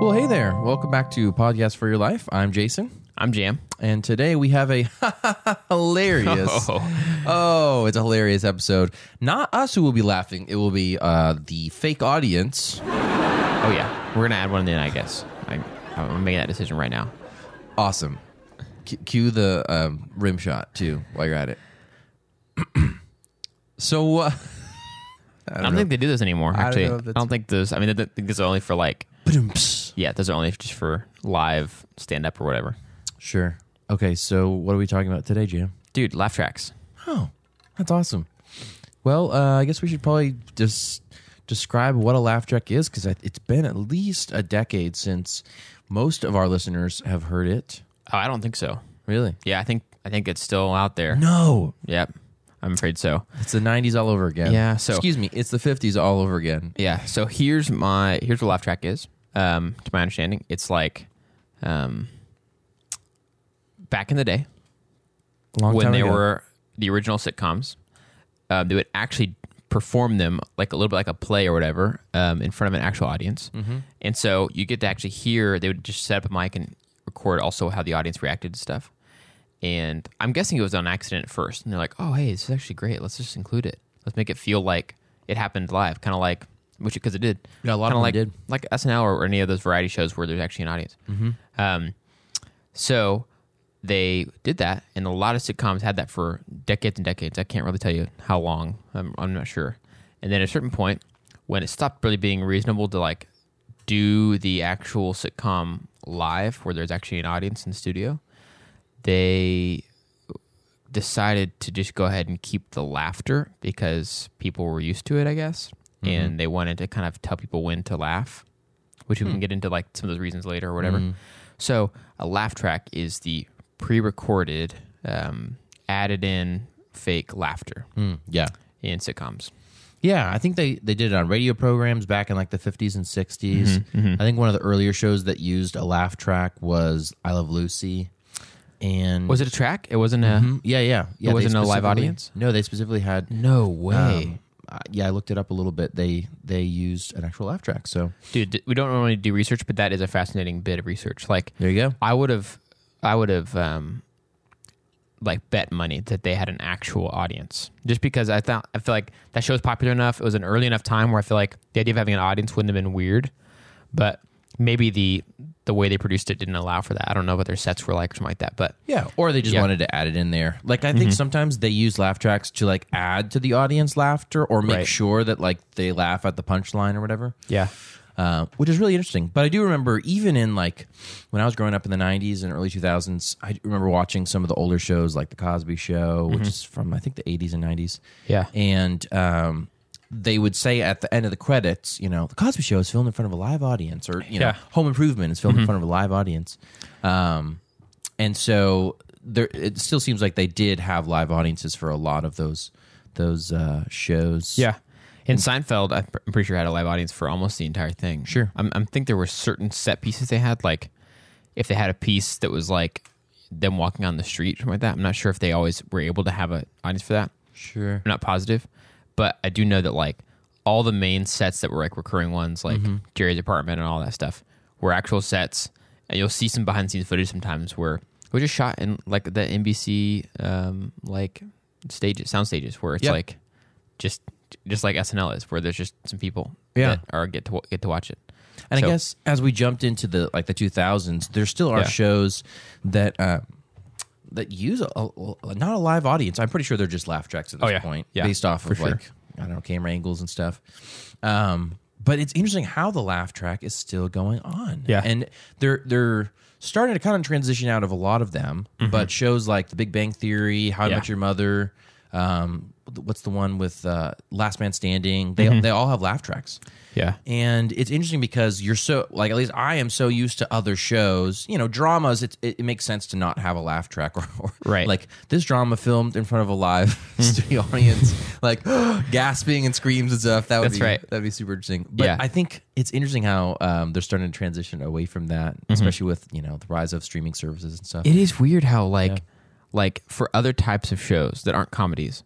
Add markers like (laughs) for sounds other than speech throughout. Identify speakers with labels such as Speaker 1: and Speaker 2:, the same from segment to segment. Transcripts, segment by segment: Speaker 1: Well, hey there. Welcome back to Podcast for Your Life. I'm Jason,
Speaker 2: I'm Jam.
Speaker 1: and today we have a (laughs) hilarious.
Speaker 2: (laughs) Oh.
Speaker 1: Oh, it's a hilarious episode. Not us who will be laughing, it will be uh, the fake audience.
Speaker 2: Oh yeah, we're gonna add one in, I guess. I, I'm making that decision right now.
Speaker 1: Awesome. C- cue the um, rim shot, too, while you're at it. (clears throat) so, uh, (clears throat)
Speaker 2: I don't, think they do this anymore. Actually, I
Speaker 1: know if
Speaker 2: don't,
Speaker 1: it's-
Speaker 2: think those. I mean, I think those are only for like.
Speaker 1: ba-dum-ps.
Speaker 2: Yeah, those are only just for live stand up or whatever.
Speaker 1: sure. Okay, so what are we talking about today, Jim?
Speaker 2: Dude, laugh tracks.
Speaker 1: Oh, that's awesome. Well, uh, I guess we should probably just describe what a laugh track is because it's been at least a decade since most of our listeners have heard it.
Speaker 2: Oh, I don't think so.
Speaker 1: Really?
Speaker 2: Yeah, I think I think it's still out (laughs) there.
Speaker 1: No,
Speaker 2: Yep, I'm afraid so.
Speaker 1: it's the '90s all over again.
Speaker 2: Yeah, so-
Speaker 1: excuse me, it's the '50s all over again.
Speaker 2: Yeah. So here's my here's what laugh track is. Um, to my understanding, it's like, um, back in the day,
Speaker 1: Long
Speaker 2: when
Speaker 1: time
Speaker 2: they
Speaker 1: ago.
Speaker 2: were the original sitcoms, um, they would actually perform them like a little bit like a play or whatever um, in front of an actual audience.
Speaker 1: Mm-hmm.
Speaker 2: And so you get to actually hear. They would just set up a mic and record also how the audience reacted to stuff. And I'm guessing it was on accident at first. And they're like, "Oh, hey, this is actually great. Let's just include it. Let's make it feel like it happened live, kind of like." Which because it did,
Speaker 1: Yeah, a lot of
Speaker 2: Kinda
Speaker 1: them
Speaker 2: like
Speaker 1: did.
Speaker 2: like SNL or any of those variety shows where there's actually an audience. Um, so they did that, and a lot of sitcoms had that for decades and decades. I can't really tell you how long. I'm, I'm not sure. And then at a certain point, when it stopped really being reasonable to like do the actual sitcom live, where there's actually an audience in the studio, they decided to just go ahead and keep the laughter because people were used to it, I guess, and they wanted to kind of tell people when to laugh, which we can get into like some of those reasons later or whatever. So a laugh track is the pre-recorded, um, added-in fake laughter
Speaker 1: Mm, yeah,
Speaker 2: in sitcoms.
Speaker 1: yeah. I think they they did it on radio programs back in like the '50s and '60s. I think one of the earlier shows that used a laugh track was "I Love Lucy," and
Speaker 2: Was it a track? It wasn't a.
Speaker 1: Mm, Yeah, yeah, yeah. they
Speaker 2: It wasn't a live
Speaker 1: specifically-
Speaker 2: audience?
Speaker 1: No, they specifically had.
Speaker 2: No way,
Speaker 1: Um, uh, yeah, I looked it up a little bit. They they used an actual laugh track. So
Speaker 2: dude. th- We don't normally do research, but that is a fascinating bit of research. Like
Speaker 1: there you go.
Speaker 2: I would have, I would have, um, like bet money that they had an actual audience, just because I thought I feel like that show was popular enough. It was an early enough time where I feel like the idea of having an audience wouldn't have been weird, but maybe the the way they produced it didn't allow for that. I don't know what their sets were like, or something like that. But
Speaker 1: Yeah, or they just
Speaker 2: Yeah.
Speaker 1: wanted to add it in there. Like I
Speaker 2: Mm-hmm.
Speaker 1: think sometimes they use laugh tracks to like add to the audience laughter or make
Speaker 2: Right.
Speaker 1: sure that like they laugh at the punchline or whatever.
Speaker 2: yeah,
Speaker 1: uh, which is really interesting. But I do remember, even in like when I was growing up in the '90s and early 2000s, I remember watching some of the older shows like The Cosby Show,
Speaker 2: Mm-hmm.
Speaker 1: which is from I think the '80s and '90s.
Speaker 2: Yeah.
Speaker 1: and um, they would say at the end of the credits, you know, The Cosby Show is filmed in front of a live audience, or you know,
Speaker 2: Yeah. Mm-hmm.
Speaker 1: Home Improvement is filmed in front of a live audience. Um, and so there, it still seems like they did have live audiences for a lot of those those uh, shows.
Speaker 2: yeah. In Seinfeld, I'm pr- I'm pretty sure had a live audience for almost the entire thing.
Speaker 1: Sure.
Speaker 2: I'm, I'm think there were certain set pieces they had, like if they had a piece that was like them walking on the street, something like that. I'm not sure if they always were able to have an audience for that.
Speaker 1: sure.
Speaker 2: I'm not positive, but I do know that like all the main sets that were like recurring ones, like
Speaker 1: Mm-hmm.
Speaker 2: Jerry's apartment and all that stuff, were actual sets. And you'll see some behind the scenes footage sometimes where it was just shot in like the NBC um like stage sound stages where it's
Speaker 1: Yeah.
Speaker 2: like just just like SNL is where there's just some people
Speaker 1: Yeah.
Speaker 2: that are get to wa- get to watch it.
Speaker 1: And
Speaker 2: So-
Speaker 1: I guess as we jumped into the like the 2000s, there still are
Speaker 2: Yeah.
Speaker 1: shows that uh, that use a, a- a- not a live audience. I'm pretty sure they're just laugh tracks at this
Speaker 2: Oh, yeah.
Speaker 1: point,
Speaker 2: Yeah,
Speaker 1: based off of
Speaker 2: for sure.
Speaker 1: like I don't know camera angles and stuff. Um, but it's interesting how the laugh track is still going on.
Speaker 2: Yeah.
Speaker 1: and they're they're starting to kind of transition out of a lot of them. But shows like The Big Bang Theory, How I
Speaker 2: Mm-hmm. Yeah.
Speaker 1: Met Your Mother. Um, what's the one with uh, Last Man Standing?
Speaker 2: Mm-hmm.
Speaker 1: They they all have laugh tracks.
Speaker 2: Yeah.
Speaker 1: And it's interesting because you're so like at least I am so used to other shows, you know, dramas. It, it, it makes sense to not have a laugh track (laughs) or, or
Speaker 2: Right.
Speaker 1: like this drama filmed in front of a live (laughs) studio audience, like (gasps) gasping and screams and stuff. That would
Speaker 2: That's
Speaker 1: be
Speaker 2: right.
Speaker 1: that'd be super interesting. But
Speaker 2: Yeah.
Speaker 1: I think it's interesting how um, they're starting to transition away from that,
Speaker 2: Mm-hmm.
Speaker 1: especially with you know the rise of streaming services and stuff.
Speaker 2: It is weird how like like for other types of shows that aren't comedies,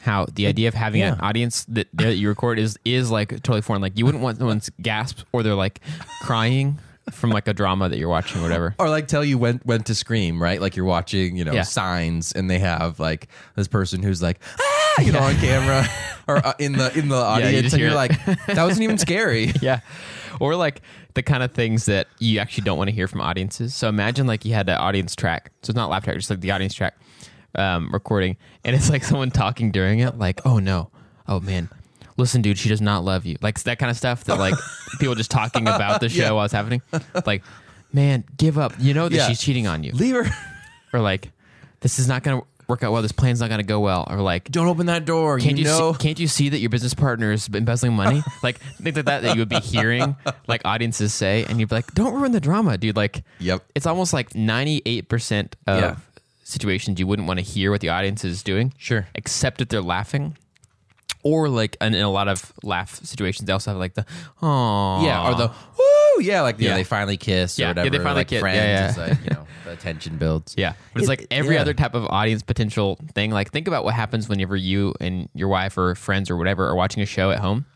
Speaker 2: how the idea of having an
Speaker 1: yeah.
Speaker 2: audience that, that you record is is like totally foreign. Like you wouldn't want someone's gasps or they're like crying from like a drama that you're watching or whatever.
Speaker 1: or like tell you when when to scream, right? Like you're watching, you know,
Speaker 2: Yeah.
Speaker 1: signs, and they have like this person who's like, ah, you know, on camera
Speaker 2: (laughs)
Speaker 1: or uh, in the in the
Speaker 2: you
Speaker 1: audience,
Speaker 2: just
Speaker 1: and
Speaker 2: hear
Speaker 1: you're
Speaker 2: it.
Speaker 1: like, that wasn't
Speaker 2: (laughs)
Speaker 1: even scary.
Speaker 2: Yeah. Or like the kind of things that you actually don't want to hear from audiences. So imagine like you had an audience track. So it's not laugh track, just like the audience track um, recording. And it's like someone talking during it, like, oh no. Oh man. Listen, dude, she does not love you. Like that kind of stuff
Speaker 1: (laughs)
Speaker 2: that like people just talking about the show
Speaker 1: Yeah.
Speaker 2: while it's happening. Like, man, give up. You know that
Speaker 1: Yeah.
Speaker 2: she's cheating on you.
Speaker 1: Leave her.
Speaker 2: Or like, this is not going to work out well. This plan's not going to go well. Or like,
Speaker 1: Don't open that door.
Speaker 2: can't
Speaker 1: you
Speaker 2: you
Speaker 1: know.
Speaker 2: see, can't you see that your business partner is embezzling
Speaker 1: (laughs)
Speaker 2: money? like things like that that you would be hearing like audiences say, and you'd be like, "Don't ruin the drama, dude." Like,
Speaker 1: Yep.
Speaker 2: it's almost like ninety eight percent of
Speaker 1: Yeah.
Speaker 2: situations you wouldn't want to hear what the audience is doing,
Speaker 1: Sure.
Speaker 2: except if they're laughing. Or like and in a lot of laugh situations, they also have like the oh
Speaker 1: Yeah, or the woo, yeah, like yeah,
Speaker 2: Yeah.
Speaker 1: they finally kiss or
Speaker 2: Yeah, yeah,
Speaker 1: whatever.
Speaker 2: they finally
Speaker 1: like
Speaker 2: kiss. Yeah,
Speaker 1: Friends,
Speaker 2: yeah.
Speaker 1: It's like you know, the attention builds.
Speaker 2: (laughs) Yeah, but it's
Speaker 1: It-
Speaker 2: like every
Speaker 1: yeah.
Speaker 2: other type of audience potential thing. Like, think about what happens whenever you and your wife or friends or whatever are watching a show at home.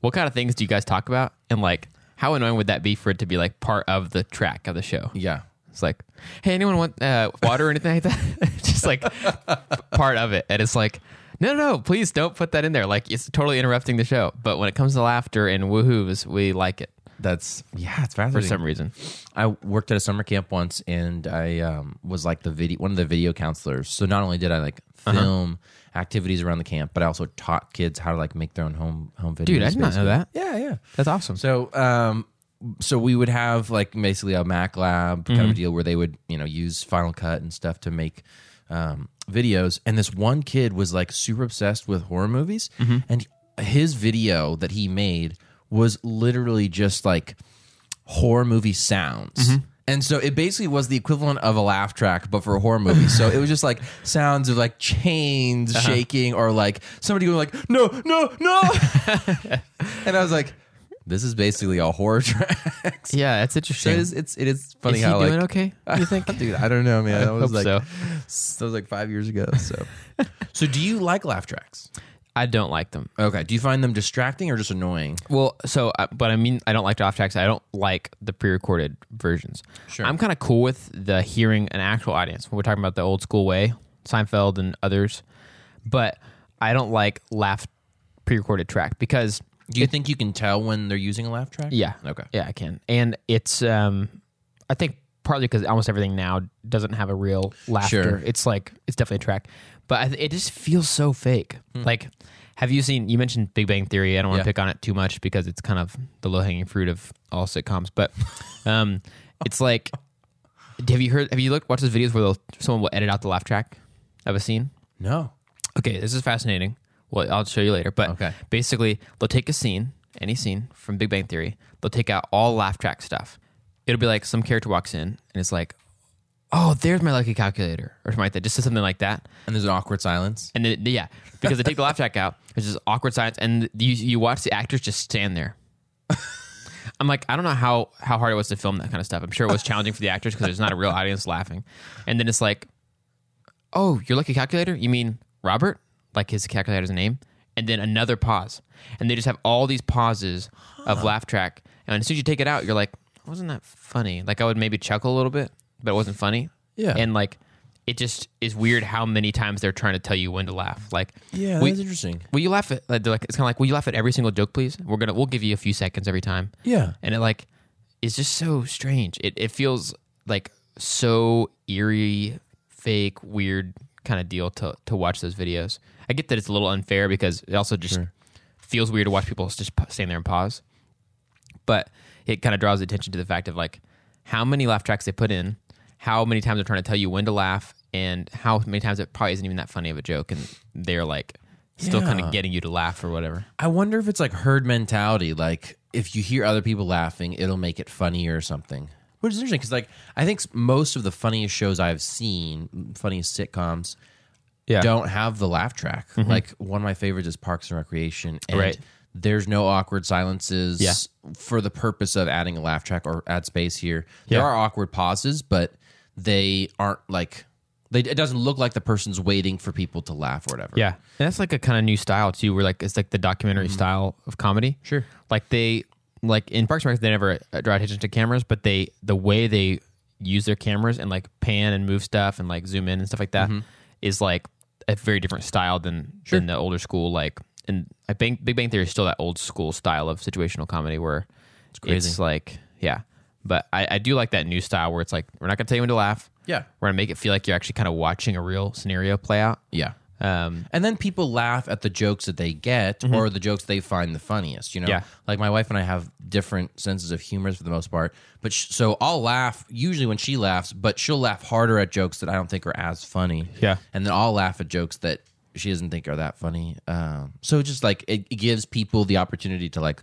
Speaker 2: What kind of things do you guys talk about? And like, how annoying would that be for it to be like part of the track of the show?
Speaker 1: yeah.
Speaker 2: It's like, hey, anyone want uh, water or anything like that? (laughs) Just like part of it, and it's like, no, no, no, please don't put that in there. Like, it's totally interrupting the show. But when it comes to laughter and woohoo's, we like it
Speaker 1: That's yeah, it's
Speaker 2: for
Speaker 1: fascinating.
Speaker 2: some reason.
Speaker 1: I worked at a summer camp once, and I um, was like the video one of the video counselors. So not only did I like
Speaker 2: Uh-huh.
Speaker 1: film activities around the camp, but I also taught kids how to like make their own home home videos.
Speaker 2: Dude, I did not know
Speaker 1: basically.
Speaker 2: that.
Speaker 1: Yeah, yeah.
Speaker 2: That's awesome.
Speaker 1: So, um, so we would have like basically a Mac lab kind of deal where they would you know use Final Cut and stuff to make um, videos. And this one kid was like super obsessed with horror movies, and his video that he made was literally just like horror movie sounds. And so it basically was the equivalent of a laugh track, but for a horror movie. So it was just like sounds of like chains shaking or like somebody going like, no, no, no. and I was like, this is basically a horror (laughs) track. So
Speaker 2: yeah, that's
Speaker 1: it
Speaker 2: interesting.
Speaker 1: is, it's, it is funny
Speaker 2: is he
Speaker 1: how
Speaker 2: doing
Speaker 1: like,
Speaker 2: okay? You think?
Speaker 1: dude, I don't know, man. That was
Speaker 2: hope
Speaker 1: like,
Speaker 2: so.
Speaker 1: that was like five years ago. So, (laughs) so do you like laugh tracks?
Speaker 2: (laughs) I don't like them.
Speaker 1: Okay. Do you find them distracting or just annoying?
Speaker 2: Well, so uh, but I mean, I don't like off tracks. I don't like the pre-recorded versions.
Speaker 1: Sure.
Speaker 2: I'm kind of cool with the hearing an actual audience when we're talking about the old school way, Seinfeld and others. But I don't like laugh pre-recorded track because
Speaker 1: Do you think you can tell when they're using a laugh track?
Speaker 2: yeah,
Speaker 1: Okay.
Speaker 2: yeah, I can, and it's um, I think partly because almost everything now doesn't have a real laughter.
Speaker 1: Sure.
Speaker 2: It's like it's definitely a track, but I th- it just feels so fake. Like, have you seen? You mentioned Big Bang Theory. I don't want to
Speaker 1: Hmm. Yeah.
Speaker 2: pick on it too much because it's kind of the low hanging fruit of all sitcoms. But um, it's like, have you heard? Have you looked watched those videos where they'll, someone will edit out the laugh track of a scene?
Speaker 1: No.
Speaker 2: Okay, this is fascinating. Well, I'll show you later. But
Speaker 1: Okay.
Speaker 2: basically, they'll take a scene, any scene from Big Bang Theory, they'll take out all laugh track stuff. It'll be like some character walks in and it's like, oh, there's my lucky calculator or something like that. Just says something like that.
Speaker 1: And there's an awkward silence.
Speaker 2: And then, yeah, because they take the laugh track out, there's this awkward silence, and you, you watch the actors just stand there. I'm like, I don't know how, how hard it was to film that kind of stuff. I'm sure it was challenging for the actors because there's not a real audience laughing. And then it's like, oh, your lucky calculator? You mean Robert? Like his calculator's name? And then another pause. And they just have all these pauses of laugh track. And as soon as you take it out, you're like, wasn't that funny? Like I would maybe chuckle a little bit, but it wasn't funny.
Speaker 1: Yeah.
Speaker 2: And like, it just is weird how many times they're trying to tell you when to laugh. Like,
Speaker 1: Yeah,
Speaker 2: we-
Speaker 1: that's interesting.
Speaker 2: will you laugh at like, they're like it's kind of like will you laugh at every single joke please we're gonna we'll give you a few seconds every time
Speaker 1: Yeah.
Speaker 2: and it like is just so strange it, it feels like so eerie fake weird kind of deal to, to watch those videos i get that it's a little unfair because it also just feels weird to watch people just pa- stand there and pause but it kind of draws attention to the fact of like how many laugh tracks they put in, how many times they're trying to tell you when to laugh, and how many times it probably isn't even that funny of a joke, and they're like still kind
Speaker 1: Yeah.
Speaker 2: of getting you to laugh or whatever.
Speaker 1: I wonder if it's like herd mentality. Like if you hear other people laughing, it'll make it funnier or something. Which is interesting because like I think s- most of the funniest shows I've seen, funniest sitcoms,
Speaker 2: Yeah. Mm-hmm.
Speaker 1: don't have the laugh track. Like one of my favorites is Parks and Recreation, and
Speaker 2: Right.
Speaker 1: there's no awkward silences
Speaker 2: Yeah.
Speaker 1: for the purpose of adding a laugh track or add space here.
Speaker 2: Yeah.
Speaker 1: There are awkward pauses, but they aren't like they, it doesn't look like the person's waiting for people to laugh or whatever.
Speaker 2: Yeah, and that's like a kind of new style too, where like it's like the documentary style of comedy.
Speaker 1: Mm-hmm. Sure.
Speaker 2: like they like in Parks and Rec, they never uh, draw attention to cameras, but they the way they use their cameras and like pan and move stuff and like zoom in and stuff like that is
Speaker 1: Mm-hmm.
Speaker 2: like a very different style than than the older school. Like, and I think Big Bang Theory is still that old school style of situational comedy where it's
Speaker 1: crazy.
Speaker 2: like, yeah, but I, I do like that new style where it's like we're not gonna tell you when to laugh.
Speaker 1: Yeah.
Speaker 2: we're gonna make it feel like you're actually kind of watching a real scenario play out.
Speaker 1: Yeah.
Speaker 2: Um,
Speaker 1: And then people laugh at the jokes that they get or the jokes they find the funniest, you know?
Speaker 2: Mm-hmm. Yeah.
Speaker 1: Like my wife and I have different senses of humor for the most part. But sh- so I'll laugh usually when she laughs, but she'll laugh harder at jokes that I don't think are as funny.
Speaker 2: Yeah.
Speaker 1: And then I'll laugh at jokes that she doesn't think are that funny. Um, so just like it, it gives people the opportunity to like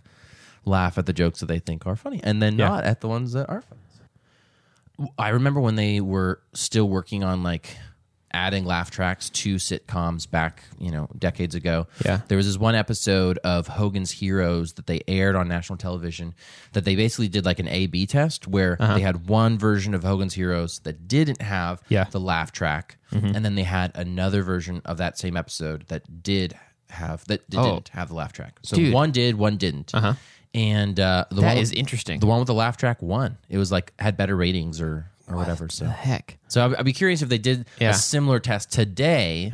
Speaker 1: laugh at the jokes that they think are funny and then
Speaker 2: Yeah.
Speaker 1: not at the ones that are funny. I remember when they were still working on like adding laugh tracks to sitcoms back, you know, decades ago.
Speaker 2: Yeah.
Speaker 1: There was this one episode of Hogan's Heroes that they aired on national television that they basically did like an A B test where
Speaker 2: Uh-huh.
Speaker 1: they had one version of Hogan's Heroes that didn't have
Speaker 2: Yeah. Mm-hmm.
Speaker 1: the laugh track. And then they had another version of that same episode that did have that did,
Speaker 2: Oh.
Speaker 1: not have the laugh track. So
Speaker 2: Dude.
Speaker 1: one did, one didn't. Uh-huh. And uh, the
Speaker 2: that
Speaker 1: one
Speaker 2: is interesting.
Speaker 1: the one with the laugh track won. It was like had better ratings or or whatever. So
Speaker 2: the heck?
Speaker 1: so I'd, I'd be curious if they did
Speaker 2: Yeah.
Speaker 1: a similar test today,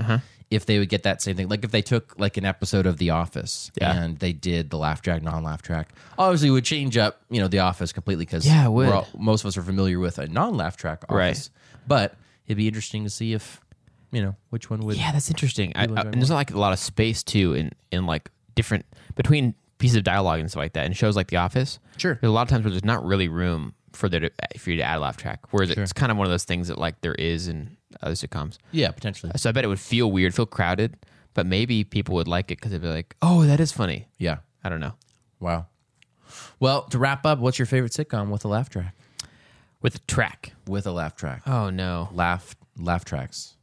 Speaker 1: if they would get that same thing. Like if they took like an episode of The Office
Speaker 2: Yeah.
Speaker 1: and they did the laugh track, non-laugh track. Obviously, it would change up you know The Office completely because
Speaker 2: Yeah, it would.
Speaker 1: most of us are familiar with a non-laugh track Office,
Speaker 2: Right.
Speaker 1: but it'd be interesting to see if you know which one would.
Speaker 2: Yeah, that's interesting. I, I- and there's like a lot of space too in in like different between pieces of dialogue and stuff like that. And shows like The Office,
Speaker 1: Sure.
Speaker 2: There's a lot of times where there's not really room for there to, for you to add a laugh track. Whereas it's kind of one of those things that like there is in other sitcoms.
Speaker 1: Yeah, potentially.
Speaker 2: So I bet it would feel weird, feel crowded, but maybe people would like it because they'd be like, "Oh, that is funny."
Speaker 1: Yeah.
Speaker 2: I don't know.
Speaker 1: Wow. Well, to wrap up, what's your favorite sitcom with a laugh track?
Speaker 2: With a track.
Speaker 1: With a laugh track.
Speaker 2: Oh no,
Speaker 1: laugh laugh tracks.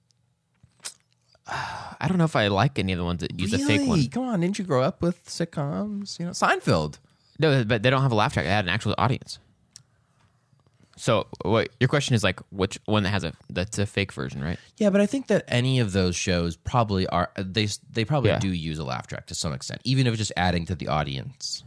Speaker 2: I don't know if I like any of the ones that use a fake one.
Speaker 1: Come on, didn't you grow up with sitcoms? You know, Seinfeld.
Speaker 2: No, but they don't have a laugh track. They had an actual audience. So, what your question is like, which one that has a that's a fake version, right?
Speaker 1: Yeah, but I think that any of those shows probably are they they probably
Speaker 2: Yeah.
Speaker 1: do use a laugh track to some extent, even if it's just adding to the audience.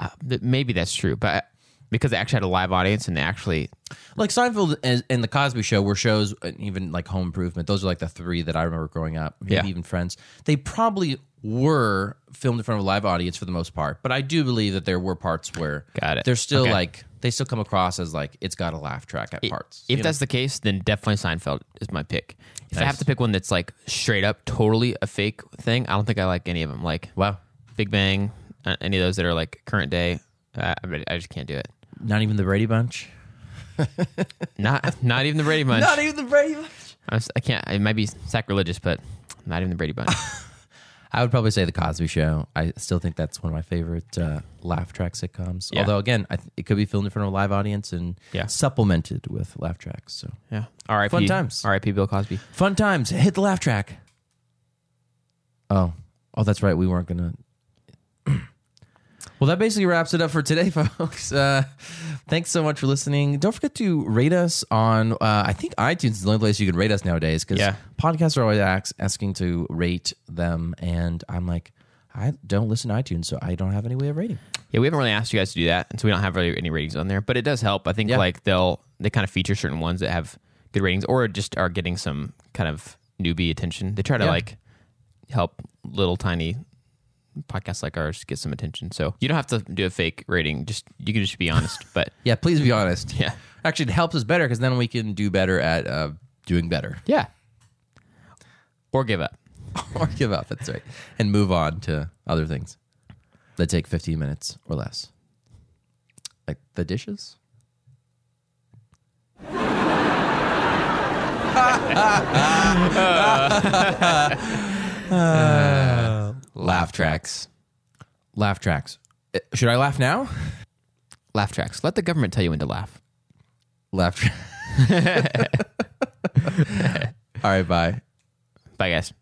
Speaker 2: Uh, th- maybe that's true, but because they actually had a live audience and they actually,
Speaker 1: Like Seinfeld and, and the Cosby Show were shows, and even like Home Improvement. Those are like the three that I remember growing up. Maybe
Speaker 2: Yeah.
Speaker 1: even Friends. They probably were filmed in front of a live audience for the most part, but I do believe that there were parts where
Speaker 2: Got it.
Speaker 1: they're still
Speaker 2: Okay.
Speaker 1: like they still come across as like it's got a laugh track at parts.
Speaker 2: if
Speaker 1: you know?
Speaker 2: that's the case, then definitely Seinfeld is my pick. If I have to pick one that's like straight up totally a fake thing, I don't think I like any of them. Like
Speaker 1: wow,
Speaker 2: Big Bang, uh, any of those that are like current day, uh, I, mean, I just can't do it.
Speaker 1: not even the Brady Bunch.
Speaker 2: Not not even the Brady
Speaker 1: (laughs)
Speaker 2: Bunch.
Speaker 1: Not even the Brady Bunch.
Speaker 2: I, was, I can't. It might be sacrilegious, but not even the Brady Bunch.
Speaker 1: I would probably say the Cosby Show. I still think that's one of my favorite uh, laugh track sitcoms.
Speaker 2: Yeah.
Speaker 1: Although again, I th- it could be filmed in front of a live audience and
Speaker 2: Yeah.
Speaker 1: supplemented with laugh tracks. So
Speaker 2: Yeah. R.I.P.
Speaker 1: Fun times.
Speaker 2: R.I.P. Bill Cosby.
Speaker 1: fun times. Hit the laugh track. Oh, oh, that's right. We weren't gonna. (clears throat) Well, that basically wraps it up for today, (laughs) folks. Uh, thanks so much for listening. Don't forget to rate us on, uh, I think iTunes is the only place you can rate us nowadays because
Speaker 2: Yeah.
Speaker 1: podcasts are always ax- asking to rate them. And I'm like, I don't listen to iTunes, so I don't have any way of rating.
Speaker 2: Yeah, we haven't really asked you guys to do that, and so we don't have really any ratings on there. But it does help. I think
Speaker 1: Yeah.
Speaker 2: like they'll they kind of feature certain ones that have good ratings, or just are getting some kind of newbie attention. They try to
Speaker 1: Yeah.
Speaker 2: like help little tiny podcasts like ours get some attention. So you don't have to do a fake rating. Just you can just
Speaker 1: (laughs)
Speaker 2: be honest. but
Speaker 1: Yeah, please be honest.
Speaker 2: Yeah.
Speaker 1: Actually, it helps us better because then we can do better at uh, doing better
Speaker 2: yeah, or give up.
Speaker 1: (laughs) or give up. That's right. And move on to other things that take 15 minutes or less, like the dishes. (laughs)
Speaker 2: Laugh tracks.
Speaker 1: Uh, Laugh tracks. Uh, Should I laugh now?
Speaker 2: Laugh tracks. Let the government tell you when
Speaker 1: (laughs)
Speaker 2: to laugh.
Speaker 1: Laugh track. (laughs) All right, bye.
Speaker 2: Bye, guys.